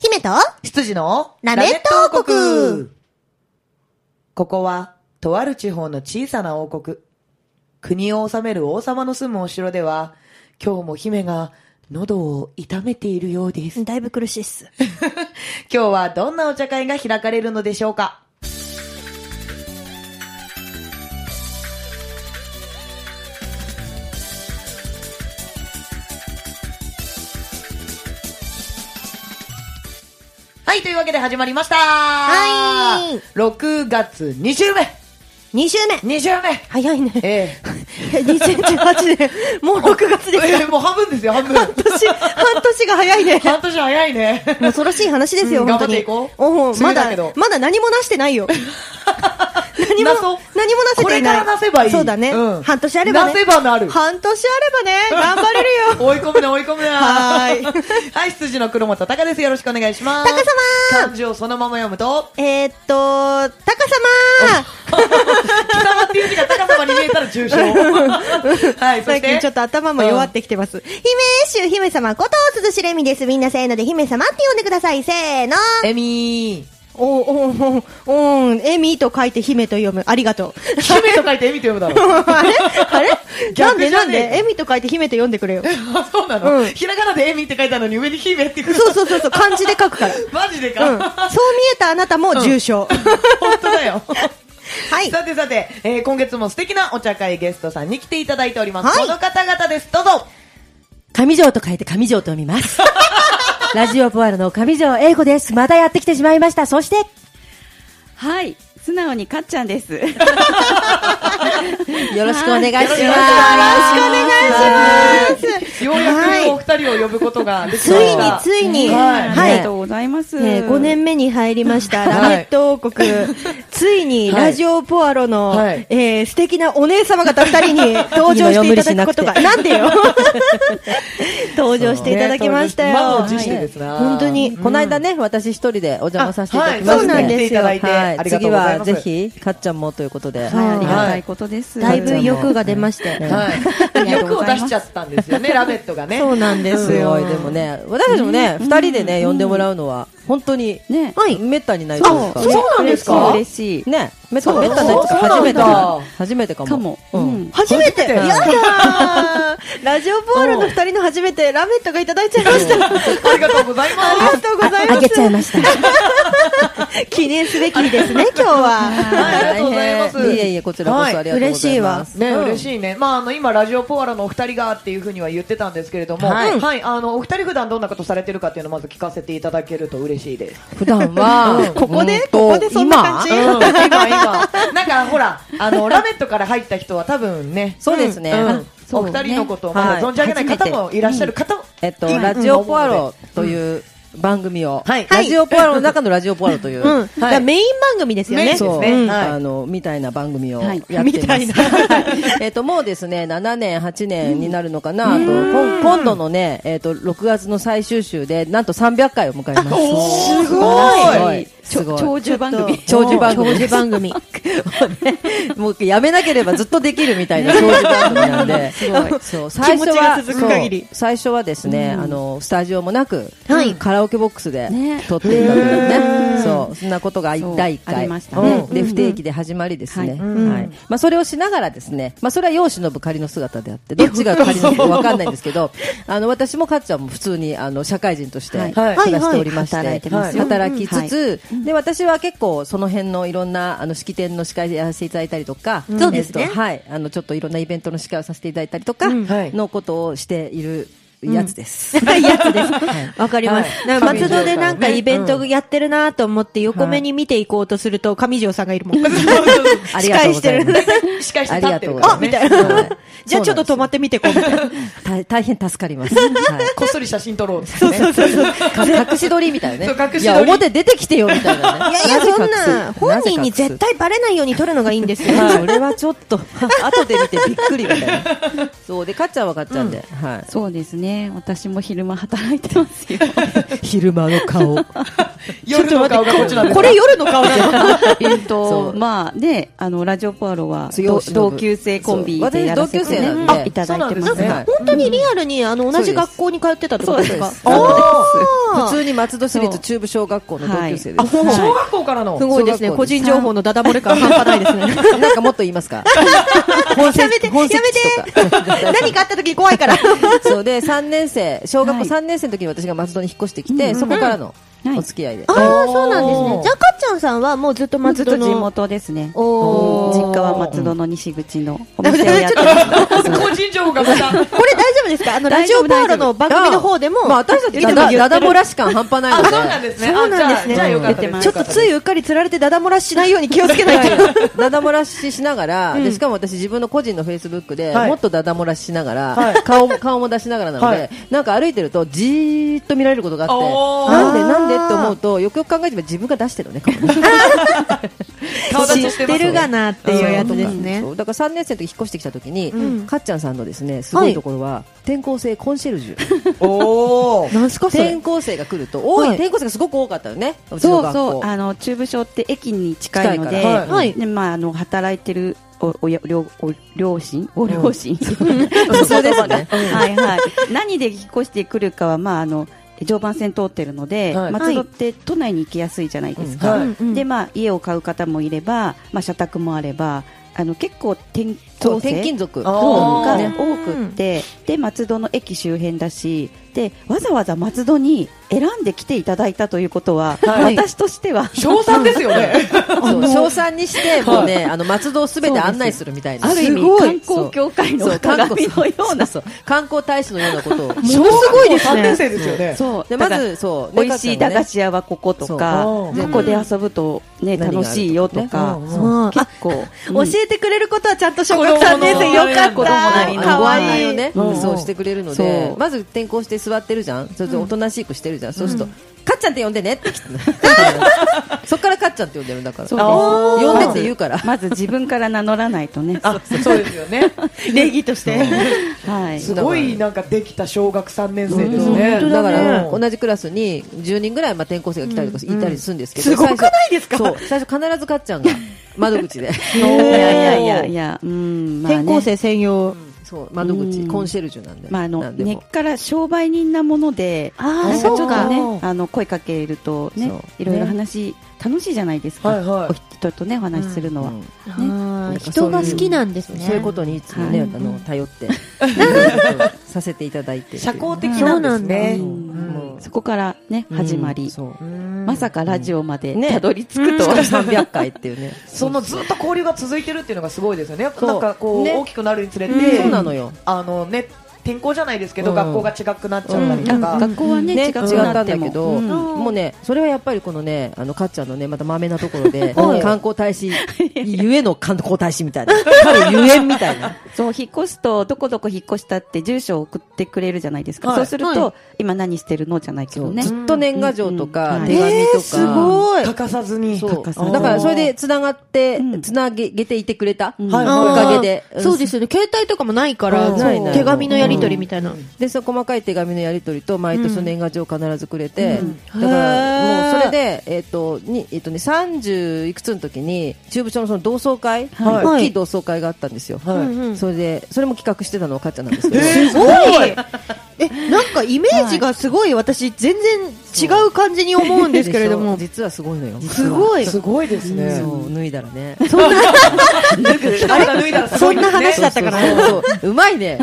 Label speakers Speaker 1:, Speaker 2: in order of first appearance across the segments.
Speaker 1: 姫と
Speaker 2: 羊の
Speaker 1: ラメット王国
Speaker 2: ここは、とある地方の小さな王国。国を治める王様の住むお城では、今日も姫が喉を痛めているようです。
Speaker 1: だいぶ苦しいっす。
Speaker 2: 今日はどんなお茶会が開かれるのでしょうかはい、というわけで始まりました
Speaker 1: はい
Speaker 2: !6 月2週目
Speaker 1: 2週目
Speaker 2: !2 週目
Speaker 1: 早いね。
Speaker 2: ええ
Speaker 1: 2018年、もう6月です
Speaker 2: ええ
Speaker 1: か。
Speaker 2: もう半分ですよ、半分
Speaker 1: 半年、半年が早いね。
Speaker 2: 半年早いね
Speaker 1: 恐ろしい話ですよ、
Speaker 2: うん
Speaker 1: 本当に。
Speaker 2: 頑張っていこう
Speaker 1: おう
Speaker 2: 梅
Speaker 1: ま
Speaker 2: 雨だけ
Speaker 1: だ
Speaker 2: ど、
Speaker 1: まだ何もなしてないよ。何も、
Speaker 2: なそう
Speaker 1: 何もなせていない。
Speaker 2: これからなせばいい
Speaker 1: そうだね。
Speaker 2: うん
Speaker 1: 半年あればね。
Speaker 2: なせばなる
Speaker 1: 半年あ ればね、頑張れるよ。
Speaker 2: 追い込むな追い込むな
Speaker 1: はーい
Speaker 2: はい羊の黒本隆ですよろしくお願いします
Speaker 1: タカ様
Speaker 2: 漢字をそのまま読むと
Speaker 1: えー、っと、タカ様
Speaker 2: 貴様っていう字が高様に見えたら重 傷はいそし
Speaker 1: 最近
Speaker 2: て
Speaker 1: ちょっと頭も弱ってきてます。姫主姫様こと鈴しれみです。みんなせーので姫様って呼んでください。せーの。
Speaker 2: エミー
Speaker 1: おおおおおん、えみと書いて姫と読む。ありがとう。
Speaker 2: 姫と書いてエミと読む だろ
Speaker 1: あれあれなん
Speaker 2: 逆
Speaker 1: で
Speaker 2: じ
Speaker 1: な
Speaker 2: ゃ
Speaker 1: ん
Speaker 2: ねえ
Speaker 1: でえみと書いて姫と読んでくれよ。
Speaker 2: あそうなの、
Speaker 1: うん
Speaker 2: ひらがなでエミって書いたのに上に姫ってくる
Speaker 1: そうそうそうそう、漢字で書くから。うん。
Speaker 2: マジでか、
Speaker 1: そう見えたあなたも重症。
Speaker 2: 本当だよ
Speaker 1: はい。
Speaker 2: さてさて、えー今月も素敵なお茶会ゲストさんに来ていただいております、
Speaker 1: はい
Speaker 2: この方々ですどうぞ
Speaker 3: 上条と書いて上条と読みます。ラジオポアロの上条英子です。またやってきてしまいました。そして、
Speaker 4: はい、素直にかっちゃんです。よ
Speaker 3: よろしくお願いします。
Speaker 2: よろしくお
Speaker 3: 願いし
Speaker 2: ようやくお二人を呼ぶことができ
Speaker 1: つ
Speaker 2: まし
Speaker 1: いに
Speaker 2: た
Speaker 1: つい に、
Speaker 2: はい
Speaker 4: ありが
Speaker 1: は
Speaker 4: とうございます。
Speaker 1: い。えー、5年目に入りました、
Speaker 2: はい
Speaker 1: ラメット王国。ついに、
Speaker 2: はい
Speaker 1: ラジオポアロの、
Speaker 2: はい
Speaker 1: えー素敵なお姉様方二人に登場していただくことが、
Speaker 3: 今
Speaker 1: なんでよ登場していただきましたよ。
Speaker 2: 満を持してですな
Speaker 1: 本当に。
Speaker 3: この間ね、私一人でお邪魔させていただきま
Speaker 1: あはい
Speaker 3: し
Speaker 1: そうなんですよ
Speaker 2: 来ていただいて、ありがとう
Speaker 3: 次
Speaker 2: ござい
Speaker 3: は
Speaker 2: ます。
Speaker 3: ぜひ、かっちゃんもということで。
Speaker 4: はい、あ
Speaker 1: そう
Speaker 4: りがたいことです。
Speaker 1: だいぶ欲が出まして。
Speaker 2: はい。
Speaker 4: りがとう
Speaker 2: 欲を
Speaker 4: ご
Speaker 2: 出
Speaker 4: ざいます
Speaker 2: しちゃったんですよね、ラベットがね。
Speaker 1: そうなんです
Speaker 3: す
Speaker 1: よ。
Speaker 3: ごい、でもね、私たちもね、二人でね、呼んでもらうのは、本当に、
Speaker 4: ね
Speaker 1: はい
Speaker 3: めったにないというか
Speaker 2: あ。そうなんですか
Speaker 4: 嬉しい。嬉し
Speaker 3: ね、めった
Speaker 2: そう
Speaker 3: めったにないというか
Speaker 2: そう
Speaker 3: 初め
Speaker 2: そ
Speaker 3: て
Speaker 2: う
Speaker 3: か
Speaker 2: なん
Speaker 3: も
Speaker 2: だ
Speaker 3: 初めてか
Speaker 4: いかも
Speaker 3: も。。
Speaker 4: う
Speaker 3: うん
Speaker 4: ん。
Speaker 1: 初めて
Speaker 2: 初め
Speaker 1: や
Speaker 2: て
Speaker 1: だーラジオポールの二人の初めてラメットがいただいちゃいました。あ
Speaker 2: ありがとうございま
Speaker 1: りがとうございます。
Speaker 3: あげちゃいました。
Speaker 1: 記念すべきですね、今日は。
Speaker 2: はいありがとうございます
Speaker 3: 大変いえいえ、こちらこそありがとうございます。
Speaker 2: す。ね、嬉しいね。まあ、あの、今、ラジオポアラのお二人がっていうふうには言ってたんですけれども、
Speaker 3: はい
Speaker 2: はい、あの、お二人普段どんなことされてるかっていうのをまず聞かせていただけると嬉しいです。
Speaker 3: 普段は、
Speaker 1: ここで
Speaker 3: うんと
Speaker 1: ここでそんな感じ
Speaker 2: うん、今、今。なんか、ほら、あの、ラベットから入った人は多分ね、
Speaker 3: そうですね
Speaker 2: ん
Speaker 3: あ
Speaker 4: そう
Speaker 2: お
Speaker 4: ね
Speaker 2: 二人のことをまだ存じ上げない方もいらっしゃる方も、
Speaker 3: えっと、
Speaker 2: いる
Speaker 3: ラジオポアロという番組を、
Speaker 2: はい
Speaker 3: ラジオポアロの中のラジオポアロという、
Speaker 1: うん。だからメイン番組ですよ
Speaker 2: メイン
Speaker 1: ね。
Speaker 2: ですね
Speaker 3: そう、
Speaker 2: はい
Speaker 3: あの、みたいな番組をや
Speaker 4: は
Speaker 3: っ
Speaker 4: い
Speaker 3: てます。
Speaker 1: みたいな
Speaker 3: えっと、もうですね、7年、8年になるのかな、あと、今今度のね、えっと、6月の最終週で、なんと300回を迎えます。
Speaker 2: おーす
Speaker 3: ごい
Speaker 4: ちょ
Speaker 3: すごい
Speaker 4: 長寿番 組。
Speaker 3: 長寿番組
Speaker 1: 長寿番組。
Speaker 3: もうやめなければずっとできるみたいな長寿番組なん でそう最初
Speaker 1: 気持
Speaker 3: は
Speaker 1: ちが続く限り
Speaker 3: そう最初はですね、あのスタジオもなく、
Speaker 1: はい
Speaker 3: カラオケボックスで
Speaker 4: ね
Speaker 3: 撮っていたというねそうそんなことが
Speaker 4: そう
Speaker 3: 第1
Speaker 4: あ
Speaker 3: 回
Speaker 4: りましたね
Speaker 3: うんで不定期で始まりですね、
Speaker 4: はい
Speaker 3: はいまあ、それをしながらですね、まあ、それは世を忍ぶ仮の姿であってどっちが仮の姿か分かんないんですけどあの私もかっちゃんも普通にあの社会人として
Speaker 4: は
Speaker 3: 暮
Speaker 4: い
Speaker 3: らしておりまして、
Speaker 4: はいはい働いてますよ
Speaker 3: 働きつつ、で私は結構その辺のいろんなあの式典の司会やらせていただいたりとか、
Speaker 1: そうですね
Speaker 3: えっとはい、あのちょっといろんなイベントの司会をさせていただいたりとか
Speaker 2: んはい
Speaker 3: のことをしているやつです。
Speaker 1: やつです。わかりま
Speaker 2: は
Speaker 1: す。
Speaker 2: い
Speaker 1: なんか松戸でなんか
Speaker 2: 上条さんね
Speaker 1: イベントやってるなと思って横目に見ていこうとすると上条さんがいるも ん。
Speaker 3: ありがとうございます
Speaker 1: 司会して
Speaker 2: 司会して
Speaker 3: あ
Speaker 2: 立
Speaker 3: り
Speaker 2: っ
Speaker 3: が
Speaker 2: て
Speaker 3: とう
Speaker 2: る
Speaker 3: ご
Speaker 2: か
Speaker 3: ざいます
Speaker 1: あ
Speaker 2: ら、
Speaker 1: み
Speaker 2: ね。
Speaker 1: たい な
Speaker 3: はい
Speaker 1: じゃあちょっと止まってみてこうみたい な。
Speaker 3: 大大変助かり ます。はい
Speaker 2: こっそり写真撮ろうですね。そうそう
Speaker 3: 隠し撮りみたいなね。
Speaker 2: そう隠し撮り
Speaker 3: いや、表出てきてよみたいなね。
Speaker 1: いやいや、
Speaker 3: ぜ隠
Speaker 1: そ
Speaker 3: す
Speaker 1: んな、本人に絶。対バレないように撮るのがいいんですよ。
Speaker 3: なぜ隠すそれはちょっと、 後で見てびっくりみたいな。そう、で、かっちゃんはかっちゃんで、はい。
Speaker 4: そうですね。私も昼間働いてますよ。
Speaker 3: 昼間の顔。
Speaker 2: 夜の顔がこっちなんです
Speaker 1: こ
Speaker 2: か
Speaker 1: れ夜の顔じゃん。
Speaker 4: えっ
Speaker 3: そ
Speaker 4: と
Speaker 3: う
Speaker 4: まあであのラジオポアロは
Speaker 3: そう
Speaker 4: 同
Speaker 3: 吉信
Speaker 4: 同級生コンビでやらせ
Speaker 3: そう私同級
Speaker 4: て
Speaker 3: 生なん
Speaker 1: で
Speaker 4: ねいただいてます
Speaker 2: そうなん
Speaker 4: は
Speaker 2: で
Speaker 4: い
Speaker 1: 本当にリアルにあの同じ学校に通ってたってことですか
Speaker 3: そうです
Speaker 1: あー
Speaker 3: 普通に松戸市立中部小学校の同級生で
Speaker 2: あ、
Speaker 3: す、
Speaker 2: もう小学校からの。
Speaker 1: すごいですね。
Speaker 3: 小学
Speaker 1: 個
Speaker 3: 校です
Speaker 1: 人情報のダダ漏れ感半端ないです ね。
Speaker 3: なんかもっと言いますか
Speaker 1: やめて、やめて。 何かあった時に怖いから。
Speaker 3: そうで3年生小学校
Speaker 4: はい
Speaker 3: 3年生の時に私が松戸に引っ越してき
Speaker 4: うん
Speaker 3: て、
Speaker 4: うん
Speaker 3: そこからの
Speaker 4: はい
Speaker 3: お付き合いで、
Speaker 1: ああ、そうなんですね。じゃあ、かっちゃんさんはもうずっと
Speaker 4: まあず
Speaker 1: 松
Speaker 4: っと
Speaker 1: 戸
Speaker 4: 地
Speaker 1: の。
Speaker 4: 元ですね
Speaker 1: おー
Speaker 4: 実家は松戸の西口のお
Speaker 1: だ
Speaker 4: 店
Speaker 1: め
Speaker 4: を
Speaker 1: だめ
Speaker 4: やっ
Speaker 1: ち
Speaker 4: て
Speaker 1: ょっ
Speaker 4: ます
Speaker 1: と
Speaker 2: 個人情報がまた。
Speaker 1: これ大丈夫ですかあの、ラ
Speaker 4: 大
Speaker 1: ジ
Speaker 4: 丈
Speaker 1: オ
Speaker 4: 夫
Speaker 1: パールの番組の方でも。
Speaker 3: まあ、私たち
Speaker 1: いつ
Speaker 3: ダ
Speaker 1: も
Speaker 3: ダ
Speaker 1: 言
Speaker 3: ダ
Speaker 1: って
Speaker 3: ダ
Speaker 1: る
Speaker 3: 漏らし感半端ないの
Speaker 2: あ、
Speaker 3: で
Speaker 2: そうなんですね。
Speaker 1: そうなんですね
Speaker 2: あじゃあじゃあよかった
Speaker 4: う
Speaker 2: で
Speaker 4: ん
Speaker 2: す。
Speaker 1: ちょっとついうっかり釣られてダダ漏らしないように気をつけないと。
Speaker 3: ダダ漏らししながら、でしかも私自分の個人のフェイスブックで、
Speaker 2: はい
Speaker 3: もっとダダ漏らししながら、
Speaker 2: はい
Speaker 3: 顔も顔も出しながらなので、
Speaker 2: はい
Speaker 3: なんか歩いてるとじーっと見られることがあって
Speaker 2: おー
Speaker 3: なんでなんでって思うとよくよく考えてみれば自分が出してるね顔
Speaker 2: 顔出しし
Speaker 1: 知
Speaker 2: て
Speaker 1: っ
Speaker 2: ま
Speaker 1: て
Speaker 2: す
Speaker 1: るがなっていうやつです
Speaker 3: そ
Speaker 1: ね。
Speaker 3: うだから3年生の時引っ越してきた時に、
Speaker 1: うん
Speaker 3: かっちゃんさんのですねすごいところは、転校生コンシェルジュ
Speaker 2: おー。
Speaker 1: なんすかそ
Speaker 3: 転
Speaker 1: れ。
Speaker 3: 校生が来ると多い、
Speaker 1: はい
Speaker 3: 転校生がすごく多かったよねうちの
Speaker 4: そう
Speaker 3: 学
Speaker 4: そ
Speaker 3: 校
Speaker 4: うあの中部小って駅に近いの
Speaker 3: 近
Speaker 4: で
Speaker 3: いから
Speaker 2: はい
Speaker 1: はい
Speaker 4: でまああの働いてるおおや両お両親ご両親
Speaker 3: 普通ですね
Speaker 4: はいはい何で引っ越してくるかはまああの常磐線通ってるので、
Speaker 2: はい
Speaker 4: 松戸って都内に行きやすいじゃないですか、
Speaker 2: はい。
Speaker 1: うん
Speaker 4: でまあ家を買う方もいればまあ社宅もあればあの結構転
Speaker 3: そう
Speaker 4: 校生
Speaker 3: 転勤族
Speaker 2: あー
Speaker 4: が
Speaker 2: ね
Speaker 4: 多くってで松戸の駅周辺だしでわざわざ松戸に選んで来ていただいたということは、
Speaker 2: はい
Speaker 4: 私とし ては
Speaker 2: 賞賛ですよね。
Speaker 3: そう賞賛にしてもうね、あの松戸をすべて案内するみたいな
Speaker 4: ある意味
Speaker 3: すごい
Speaker 4: 観光協会の
Speaker 3: そう
Speaker 4: 鏡のような
Speaker 3: そうそう観光大使のようなことを
Speaker 2: ものすごいですね。3年生ですよね。
Speaker 4: そう
Speaker 3: でまずそう
Speaker 4: 美味しい駄菓子屋はこことか
Speaker 2: そ
Speaker 4: こ
Speaker 2: う
Speaker 4: こで遊ぶとね
Speaker 3: 何があると
Speaker 4: 楽
Speaker 3: かね
Speaker 4: しいよとか
Speaker 2: うん
Speaker 1: うん
Speaker 4: 結構
Speaker 1: 教えてくれることはちゃんと小学3年生よかっ
Speaker 2: 子供な
Speaker 1: た
Speaker 2: り。の
Speaker 1: か
Speaker 3: かわ
Speaker 1: わ
Speaker 3: いい
Speaker 1: い
Speaker 3: を
Speaker 1: い。
Speaker 3: ね、
Speaker 2: うん
Speaker 3: そうしてくれるので
Speaker 4: そう
Speaker 3: まず転校して座ってるじゃんそれでおとなしくしてるじゃん、そうすると、かっちゃんって呼んでねって 来てそっからかっちゃんって呼んでるんだから
Speaker 4: そう
Speaker 2: です
Speaker 3: 呼んでって言うから
Speaker 4: まず自分から名乗らないとね
Speaker 2: あ、そうですよね。
Speaker 1: 礼儀として。
Speaker 4: はい
Speaker 2: すごいなんかできた小学3年生です
Speaker 3: だ
Speaker 2: ね。
Speaker 3: から、
Speaker 2: うん
Speaker 3: 同じクラスに10人ぐらい、まあ、転校生が来たりとか、いたりするんですけ
Speaker 1: す
Speaker 3: ど、
Speaker 1: ごくないですか
Speaker 3: 最初そう、最初必ずかっちゃんが窓口で、
Speaker 4: いやいやいやいやうんまあね
Speaker 1: 転校生専用。
Speaker 3: そう、窓口、
Speaker 4: うん
Speaker 3: コンシェルジュなんで。
Speaker 4: まああの
Speaker 3: なんで
Speaker 4: 根っ
Speaker 3: も
Speaker 4: から商売人なもので
Speaker 1: あー
Speaker 4: なんかちょっ
Speaker 1: そう
Speaker 4: と
Speaker 1: か
Speaker 4: ねあの声かけるとね
Speaker 3: そう
Speaker 4: いろいろ話楽しいじゃないです
Speaker 2: はい
Speaker 4: か
Speaker 2: はい
Speaker 4: お人とねお話しするのは
Speaker 3: うん
Speaker 1: あ
Speaker 3: なん
Speaker 1: ー
Speaker 3: か
Speaker 1: 人が好きなんですね。
Speaker 3: そういうことにいつもね、
Speaker 4: はい
Speaker 3: あの頼 って、させていただいて。
Speaker 2: 社交的なんですね。
Speaker 4: そう
Speaker 2: うん
Speaker 4: そこからね始まり
Speaker 3: そう
Speaker 4: まさかラジオまで
Speaker 3: ね
Speaker 4: たどり着くとは
Speaker 3: 300回っていう ね。
Speaker 2: そのずっと交流が続いてるっていうのがすごいですよね。やっぱ
Speaker 3: そう
Speaker 2: なんかこう、
Speaker 3: ね
Speaker 2: 大きくなるにつれて、
Speaker 3: うんそうなのよ。
Speaker 2: あのね転校じゃないですけど、
Speaker 3: うん
Speaker 2: 学校が違くなっちゃったりとか。
Speaker 4: 学校はね
Speaker 3: ね、違
Speaker 4: 違
Speaker 3: っ
Speaker 4: く
Speaker 3: た
Speaker 4: なっ
Speaker 3: ん
Speaker 4: て
Speaker 3: だ
Speaker 4: も
Speaker 3: けど、
Speaker 4: うん
Speaker 3: もうね、それはやっぱりこのね、あの、かっちゃんのね、またまめなところ で、
Speaker 2: はい
Speaker 3: 観光大使、ゆえの観光大使みたいな、彼ゆえんみたいな。
Speaker 4: そう引っ越すとどこどこ引っ越したって住所を送ってくれるじゃないですか
Speaker 2: はい
Speaker 4: そうする
Speaker 1: は
Speaker 4: と今何してるのじゃないけ
Speaker 3: そ
Speaker 4: ど
Speaker 3: う
Speaker 4: ね
Speaker 3: ずっと年賀状と
Speaker 4: う
Speaker 3: か、
Speaker 4: んうん
Speaker 3: 手紙とか。
Speaker 1: すごい。
Speaker 2: 欠かさずに。
Speaker 3: そう。
Speaker 4: かさない
Speaker 3: だから、それで繋がって
Speaker 4: う、ん
Speaker 3: 繋げていてくれた。
Speaker 4: うん
Speaker 2: はい
Speaker 3: おかげで
Speaker 1: あーそうですよね。携帯とかもないから、
Speaker 3: うん
Speaker 1: そう
Speaker 3: ないない
Speaker 1: 手紙のやり取りみたいな。
Speaker 3: でその細かい手紙のやり取りと毎年の年賀状を必ずくれて、
Speaker 1: うん
Speaker 3: だか
Speaker 1: へー
Speaker 3: らもうそれで、えっとにえっとね、30いくつの時に中部町のその同窓会、
Speaker 2: はい
Speaker 3: 大きい同窓会があったんですよ、
Speaker 2: はい
Speaker 1: うんうん
Speaker 3: それでそれも企画してたのはかっちゃんなんですけど、
Speaker 1: すごいえ、なんかイメージがすごい私全然違う感じに思うんですけれども。
Speaker 3: 実はすごいのよ
Speaker 1: すごい。
Speaker 2: すごいですね。
Speaker 3: そう脱いだらね
Speaker 1: そんな、
Speaker 2: 脱いだらすごいですね
Speaker 1: そんな話だったかな
Speaker 3: そうそうそううま いね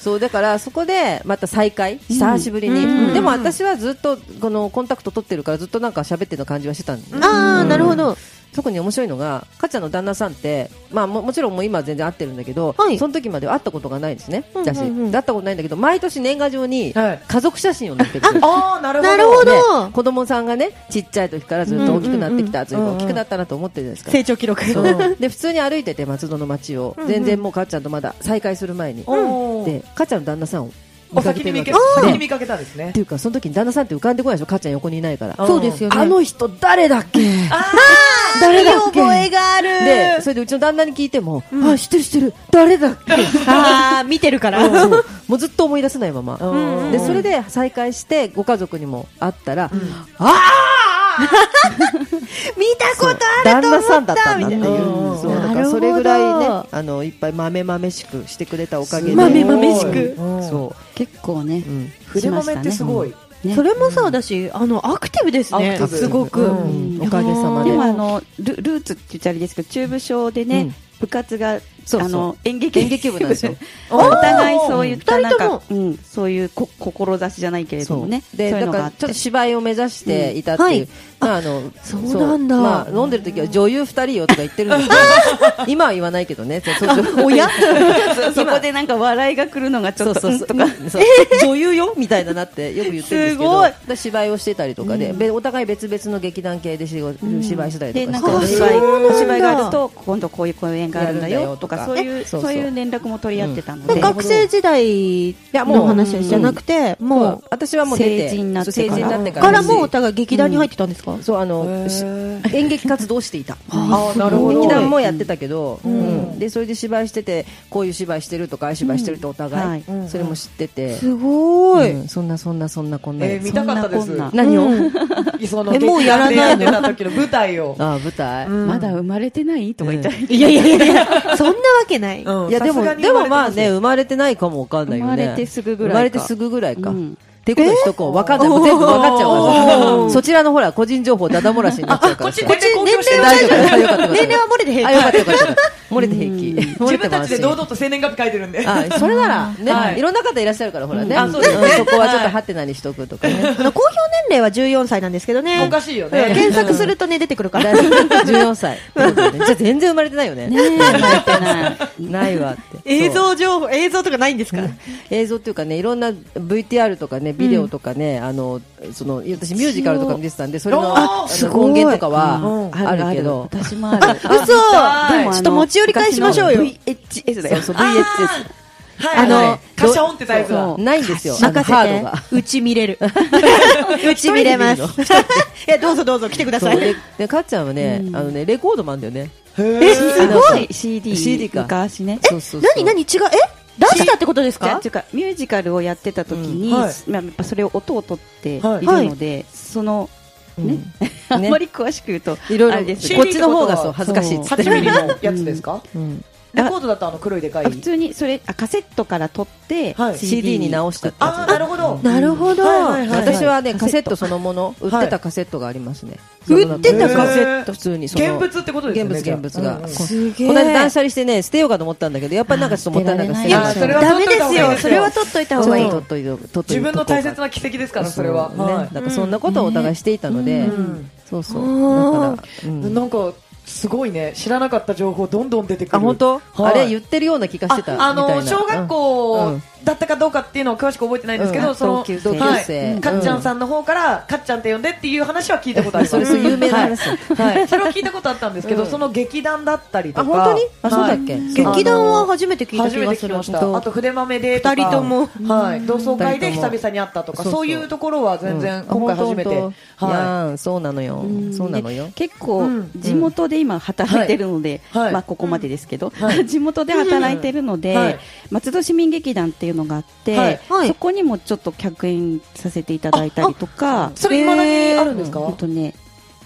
Speaker 3: そうだからそこでまた再会久しぶりに、
Speaker 1: うん
Speaker 3: でも私はずっとこのコンタクト取ってるからずっとなんか喋ってる感じはしてたんで、
Speaker 1: あー、なるほど。
Speaker 3: 特に面白いのが、かっちゃんの旦那さんって、まあ、ももちろんもう今は全然会ってるんだけど、
Speaker 1: はい
Speaker 3: その時までは会ったことがないんですね、
Speaker 1: うんうん
Speaker 3: 私、
Speaker 1: うん
Speaker 3: 会ったことないんだけど、毎年年賀状に
Speaker 2: はい
Speaker 3: 家族写真を載ってくる。
Speaker 2: ああ、なるほど。
Speaker 1: なるほど
Speaker 3: で子供さんがねちっちゃい時からずっと大きくなってきた、ずいぶん大きくなったなと思ってるじゃないですか、
Speaker 1: 成長記録。
Speaker 3: そうで普通に歩いてて松戸の街を、全然もうかっちゃんとまだ再会する前に、
Speaker 2: おー
Speaker 3: でかっちゃんの旦那さんを
Speaker 2: お
Speaker 3: 見かけ
Speaker 2: 先
Speaker 3: て
Speaker 2: に見
Speaker 3: るわけ
Speaker 2: け、
Speaker 3: です
Speaker 2: 先
Speaker 3: で
Speaker 2: に見かけたんですね
Speaker 3: っ。ていうかその時に旦那さんって浮かんでこないでしょかっちゃん横にいないから
Speaker 2: そうです
Speaker 1: よね
Speaker 3: あの人誰だっけ
Speaker 1: 誰だっけ覚えがある
Speaker 3: で、それでうちの旦那に聞いても、あ、知ってる知ってる、誰だっけ
Speaker 1: あー見てるから
Speaker 3: そうそうもうずっと思い出せないまま、でそれで再会してご家族にも会ったら、あ
Speaker 1: 見たこと
Speaker 3: あ
Speaker 1: ある
Speaker 3: 旦
Speaker 1: と
Speaker 3: 那さ
Speaker 1: 思
Speaker 3: ん
Speaker 1: っ
Speaker 3: だった
Speaker 1: た
Speaker 3: ん
Speaker 1: み
Speaker 3: だって
Speaker 1: た
Speaker 3: い
Speaker 1: いうな
Speaker 3: そうだ
Speaker 1: なる
Speaker 3: か
Speaker 1: ほ
Speaker 3: ら
Speaker 1: ど
Speaker 3: それぐらいねあのいっぱいまめまめしくしてくれたおかげで
Speaker 1: 豆々しく
Speaker 2: うん
Speaker 3: そ
Speaker 4: 結構ね、
Speaker 3: う、うん
Speaker 4: し
Speaker 2: 筆
Speaker 4: まし
Speaker 2: 豆
Speaker 4: たね
Speaker 2: ってすごい。
Speaker 4: ね
Speaker 1: それもそうだし、あのアクティブです
Speaker 2: アク
Speaker 1: ね
Speaker 2: ティブ
Speaker 1: すごく、
Speaker 2: うん
Speaker 3: おかげさまで
Speaker 4: でもあのルルーツって言っちゃあれですけど中部小でね、
Speaker 3: うん
Speaker 4: 部活が
Speaker 3: そうそう
Speaker 4: あの演劇
Speaker 3: 演劇部なんですよ
Speaker 4: お互いそういった
Speaker 1: おー
Speaker 4: なん
Speaker 1: 二人
Speaker 4: か、うん、そういうこ志じゃないけれどもね
Speaker 3: で
Speaker 4: そうい
Speaker 3: だ
Speaker 4: うの
Speaker 3: か
Speaker 4: があ
Speaker 3: ら
Speaker 4: っ
Speaker 3: ちょ
Speaker 4: て
Speaker 3: っと芝居を目指していたっていう、まああの
Speaker 1: そうなんだ
Speaker 3: まあ飲んでる時は女優二人よとか言ってるんですけ ど今は言わないけどねそうそう
Speaker 1: 親
Speaker 4: そそこでなんか笑いが来るのがちょっと
Speaker 3: そううんそう
Speaker 4: とか
Speaker 3: そう女優よみたいだなってよく言ってるんですけ
Speaker 4: す
Speaker 3: ど
Speaker 4: ごい
Speaker 3: だ芝居をしてたりとかで、べお互い別々の劇団系で仕事芝居してたりとかして
Speaker 4: でなんか
Speaker 1: あ
Speaker 4: お芝居
Speaker 1: そうなんだ
Speaker 4: お芝居があると今度こういう公演があるんだ
Speaker 3: やるんだ
Speaker 4: よ
Speaker 3: よ
Speaker 4: と
Speaker 3: とか
Speaker 4: かそういう
Speaker 3: えそ
Speaker 4: そうう
Speaker 3: そう
Speaker 4: いう連絡も取り合ってたの
Speaker 3: うん
Speaker 4: で、
Speaker 1: 学生時代の話じゃなくて、
Speaker 3: も
Speaker 1: も
Speaker 3: う私はもう出て
Speaker 4: 成人になって
Speaker 3: そう成人になって
Speaker 1: う、
Speaker 3: か
Speaker 1: かららもうお互い劇団に入ってたんですか、
Speaker 3: そうあのし演劇活動をしていた
Speaker 2: ああ、なるほど。
Speaker 3: 劇団もやってたけど、うんでそれで芝居しててこういう芝居してるとかああいう芝居してるとお互い、
Speaker 4: う
Speaker 3: それも知ってて、
Speaker 1: すごい、
Speaker 3: うんそんなそんなそんなこんな
Speaker 2: えー、
Speaker 3: です、
Speaker 2: 見たかったで
Speaker 4: そ
Speaker 2: す
Speaker 4: ん。なこん
Speaker 3: 何を、
Speaker 2: その
Speaker 1: えもうやらないの
Speaker 2: 劇団でやってた時の舞台を。
Speaker 3: ああ舞台、
Speaker 4: まだ生まれてないとか言ったら、
Speaker 1: いやいやいやいや、そんなわけない、
Speaker 2: うん
Speaker 3: いやでも
Speaker 2: さすがに
Speaker 3: で
Speaker 2: 言われ
Speaker 3: も
Speaker 2: て
Speaker 3: まあ
Speaker 2: す
Speaker 3: ね生まれてないかもわかんないよね
Speaker 4: 生まれてすぐぐらいか
Speaker 3: 生まれてすぐぐらいか、
Speaker 4: うん
Speaker 3: っていうことにしとこうわかんないもう全部わかっちゃうからさそちらのほら個人情報ダダ漏らしになっちゃうからさ
Speaker 2: こっち
Speaker 1: 年齢は
Speaker 3: 大丈夫大丈夫よかったよかった
Speaker 1: 年齢は漏れて平
Speaker 3: あ
Speaker 1: 気
Speaker 3: よかったよかったよかった漏れて平気 漏
Speaker 2: 自
Speaker 3: れて
Speaker 2: 分
Speaker 3: も
Speaker 2: た
Speaker 3: 安
Speaker 2: ちで
Speaker 3: 心
Speaker 2: 堂々と生年月日書いてるんで。
Speaker 3: あそれならね、
Speaker 2: はい
Speaker 3: い、ろんな方いらっしゃるからほらね、
Speaker 2: うんあそうですね
Speaker 3: んそこはちょっ
Speaker 2: は
Speaker 3: と
Speaker 2: い
Speaker 3: ハテナにしとくとかね
Speaker 1: あの公表年齢は14歳なんですけどね、
Speaker 2: おかしいよね
Speaker 1: うん検索するとね、出てくるから、
Speaker 3: 大丈夫14歳ってことでねじゃあ全然生まれてないよね
Speaker 4: ねえ生まれてない。
Speaker 3: ないわって
Speaker 1: 映
Speaker 3: そう
Speaker 1: 像情報、映像とかないんですか、
Speaker 3: 映像っていうかねいろんな VTR とかねビデオとかね、あのその私ミュージカルとか見てたんでそれのあ
Speaker 1: す
Speaker 3: の
Speaker 1: ごい
Speaker 3: 音源とかは
Speaker 2: うん
Speaker 3: あるけど、
Speaker 4: 私もある。
Speaker 1: 嘘ち
Speaker 2: はい
Speaker 1: ょっと持ち寄り返しましょうよ。
Speaker 4: VHS だよ。
Speaker 3: そうそう VHS
Speaker 2: はい。
Speaker 1: あの
Speaker 2: はいカシャオンってタイプだ
Speaker 4: そ。
Speaker 3: ないんですよあの
Speaker 1: 任せ
Speaker 3: ハー
Speaker 1: て
Speaker 3: ドが。
Speaker 1: うち見れる。うち見れます。 え、どうぞどうぞ来てくださ
Speaker 3: そう
Speaker 1: い。
Speaker 3: ででかっちゃんはね、あのねレコードもあるんだよね
Speaker 1: え、すごい。
Speaker 4: CD。
Speaker 3: CD か
Speaker 4: 昔ね。
Speaker 3: そうそうそ
Speaker 1: 何
Speaker 3: う
Speaker 1: 何違うえ出したってことです
Speaker 4: じゃあ
Speaker 1: か
Speaker 4: っていうかミュージカルをやってた時に、
Speaker 2: うんはい
Speaker 4: まあやっぱそれを音を取っているので、その、ね、 あんまり詳しく言うと、
Speaker 3: いろ
Speaker 4: あれ
Speaker 3: いろ
Speaker 4: です
Speaker 3: こっちの方がそう恥ずかしいっつって
Speaker 2: 8ミリのやつですか
Speaker 3: うん
Speaker 2: レコードだとあの黒いでかい
Speaker 4: あ。普通にそれあカセットから取って、
Speaker 2: はい
Speaker 3: CD に直したってやつ
Speaker 2: ああ、なるほど。
Speaker 1: なるほど。
Speaker 2: はいはいはい
Speaker 3: 私はねカセットそのもの売ってたカセットがありますね
Speaker 1: 売ってたカ
Speaker 2: セット
Speaker 3: 普通にその
Speaker 2: 現物ってことです
Speaker 3: 現
Speaker 2: よね。
Speaker 3: 物現物
Speaker 2: う
Speaker 3: が
Speaker 2: んうん
Speaker 3: こ
Speaker 1: すげえ
Speaker 3: この間断捨離してね捨てようかと思ったんだけどやっぱりなんかちょっともったいないから捨
Speaker 4: い
Speaker 3: て
Speaker 4: や
Speaker 3: ま
Speaker 2: や
Speaker 3: し
Speaker 2: そ
Speaker 3: た
Speaker 2: れは
Speaker 1: ダメですよ。
Speaker 2: そ
Speaker 1: そ
Speaker 2: れ
Speaker 1: れ
Speaker 2: は
Speaker 1: は
Speaker 2: 取
Speaker 1: 取っといた
Speaker 3: ち
Speaker 1: 方
Speaker 3: ょ
Speaker 1: がいい。
Speaker 3: っと取っといて取っといて
Speaker 2: 自分の大切
Speaker 3: こ
Speaker 2: な奇跡ですか
Speaker 3: う
Speaker 2: ら、それは。
Speaker 3: ね
Speaker 2: はい
Speaker 3: なんかそんなことをお互いしていたので
Speaker 2: ん
Speaker 3: そうそうだからうん
Speaker 2: なんか、すごいね。知らなかった情報どんどん出てくる。
Speaker 3: あ本当
Speaker 2: は
Speaker 3: あ
Speaker 2: い
Speaker 3: れ言ってるような気がしてたみ
Speaker 2: あ
Speaker 3: た
Speaker 2: あ
Speaker 3: いな
Speaker 2: の小学
Speaker 3: う
Speaker 2: 校
Speaker 3: ん
Speaker 2: だったかどうかっていうのは詳しく覚えてないんですけど、
Speaker 3: うん
Speaker 2: その
Speaker 3: 同級生
Speaker 2: はい
Speaker 3: 同級生
Speaker 2: うんかっちゃんさんの方から、かっちゃんって呼んでっていう話は聞いたことあります。
Speaker 3: それそれ有名な話
Speaker 2: はい はいそれを聞いたことあったんですけど、
Speaker 3: うん
Speaker 2: その劇団だったりとか、
Speaker 3: あ本当にあそうだっ
Speaker 2: はい
Speaker 3: け
Speaker 2: の
Speaker 1: 劇団は初めて聞いた
Speaker 2: 初
Speaker 1: 気
Speaker 2: め
Speaker 1: が
Speaker 2: て
Speaker 1: す
Speaker 2: 聞き
Speaker 1: る。
Speaker 2: ました。あと筆豆でとか
Speaker 1: 二人とも
Speaker 2: はい、同窓会で
Speaker 3: 二人と
Speaker 2: 久
Speaker 3: も
Speaker 2: 々に会ったとか、
Speaker 3: そうそう
Speaker 2: そういうところは全然
Speaker 3: うん
Speaker 2: 今回初めて。
Speaker 3: あ本当いや
Speaker 2: は
Speaker 3: ーそうなのよ
Speaker 4: うん
Speaker 3: そうなのよ
Speaker 4: で結構
Speaker 2: うん
Speaker 4: 地元で今働いてるので、
Speaker 2: はいはい
Speaker 4: まあここまでですけど、
Speaker 2: はい
Speaker 4: 地元で働いてるので、
Speaker 2: はい
Speaker 4: 松戸市民劇団っていうのがあって、
Speaker 2: はい
Speaker 1: はい
Speaker 4: そこにもちょっと客演させていただいたりとか
Speaker 2: い。、それ未だにあるんですか、
Speaker 4: 本当ね、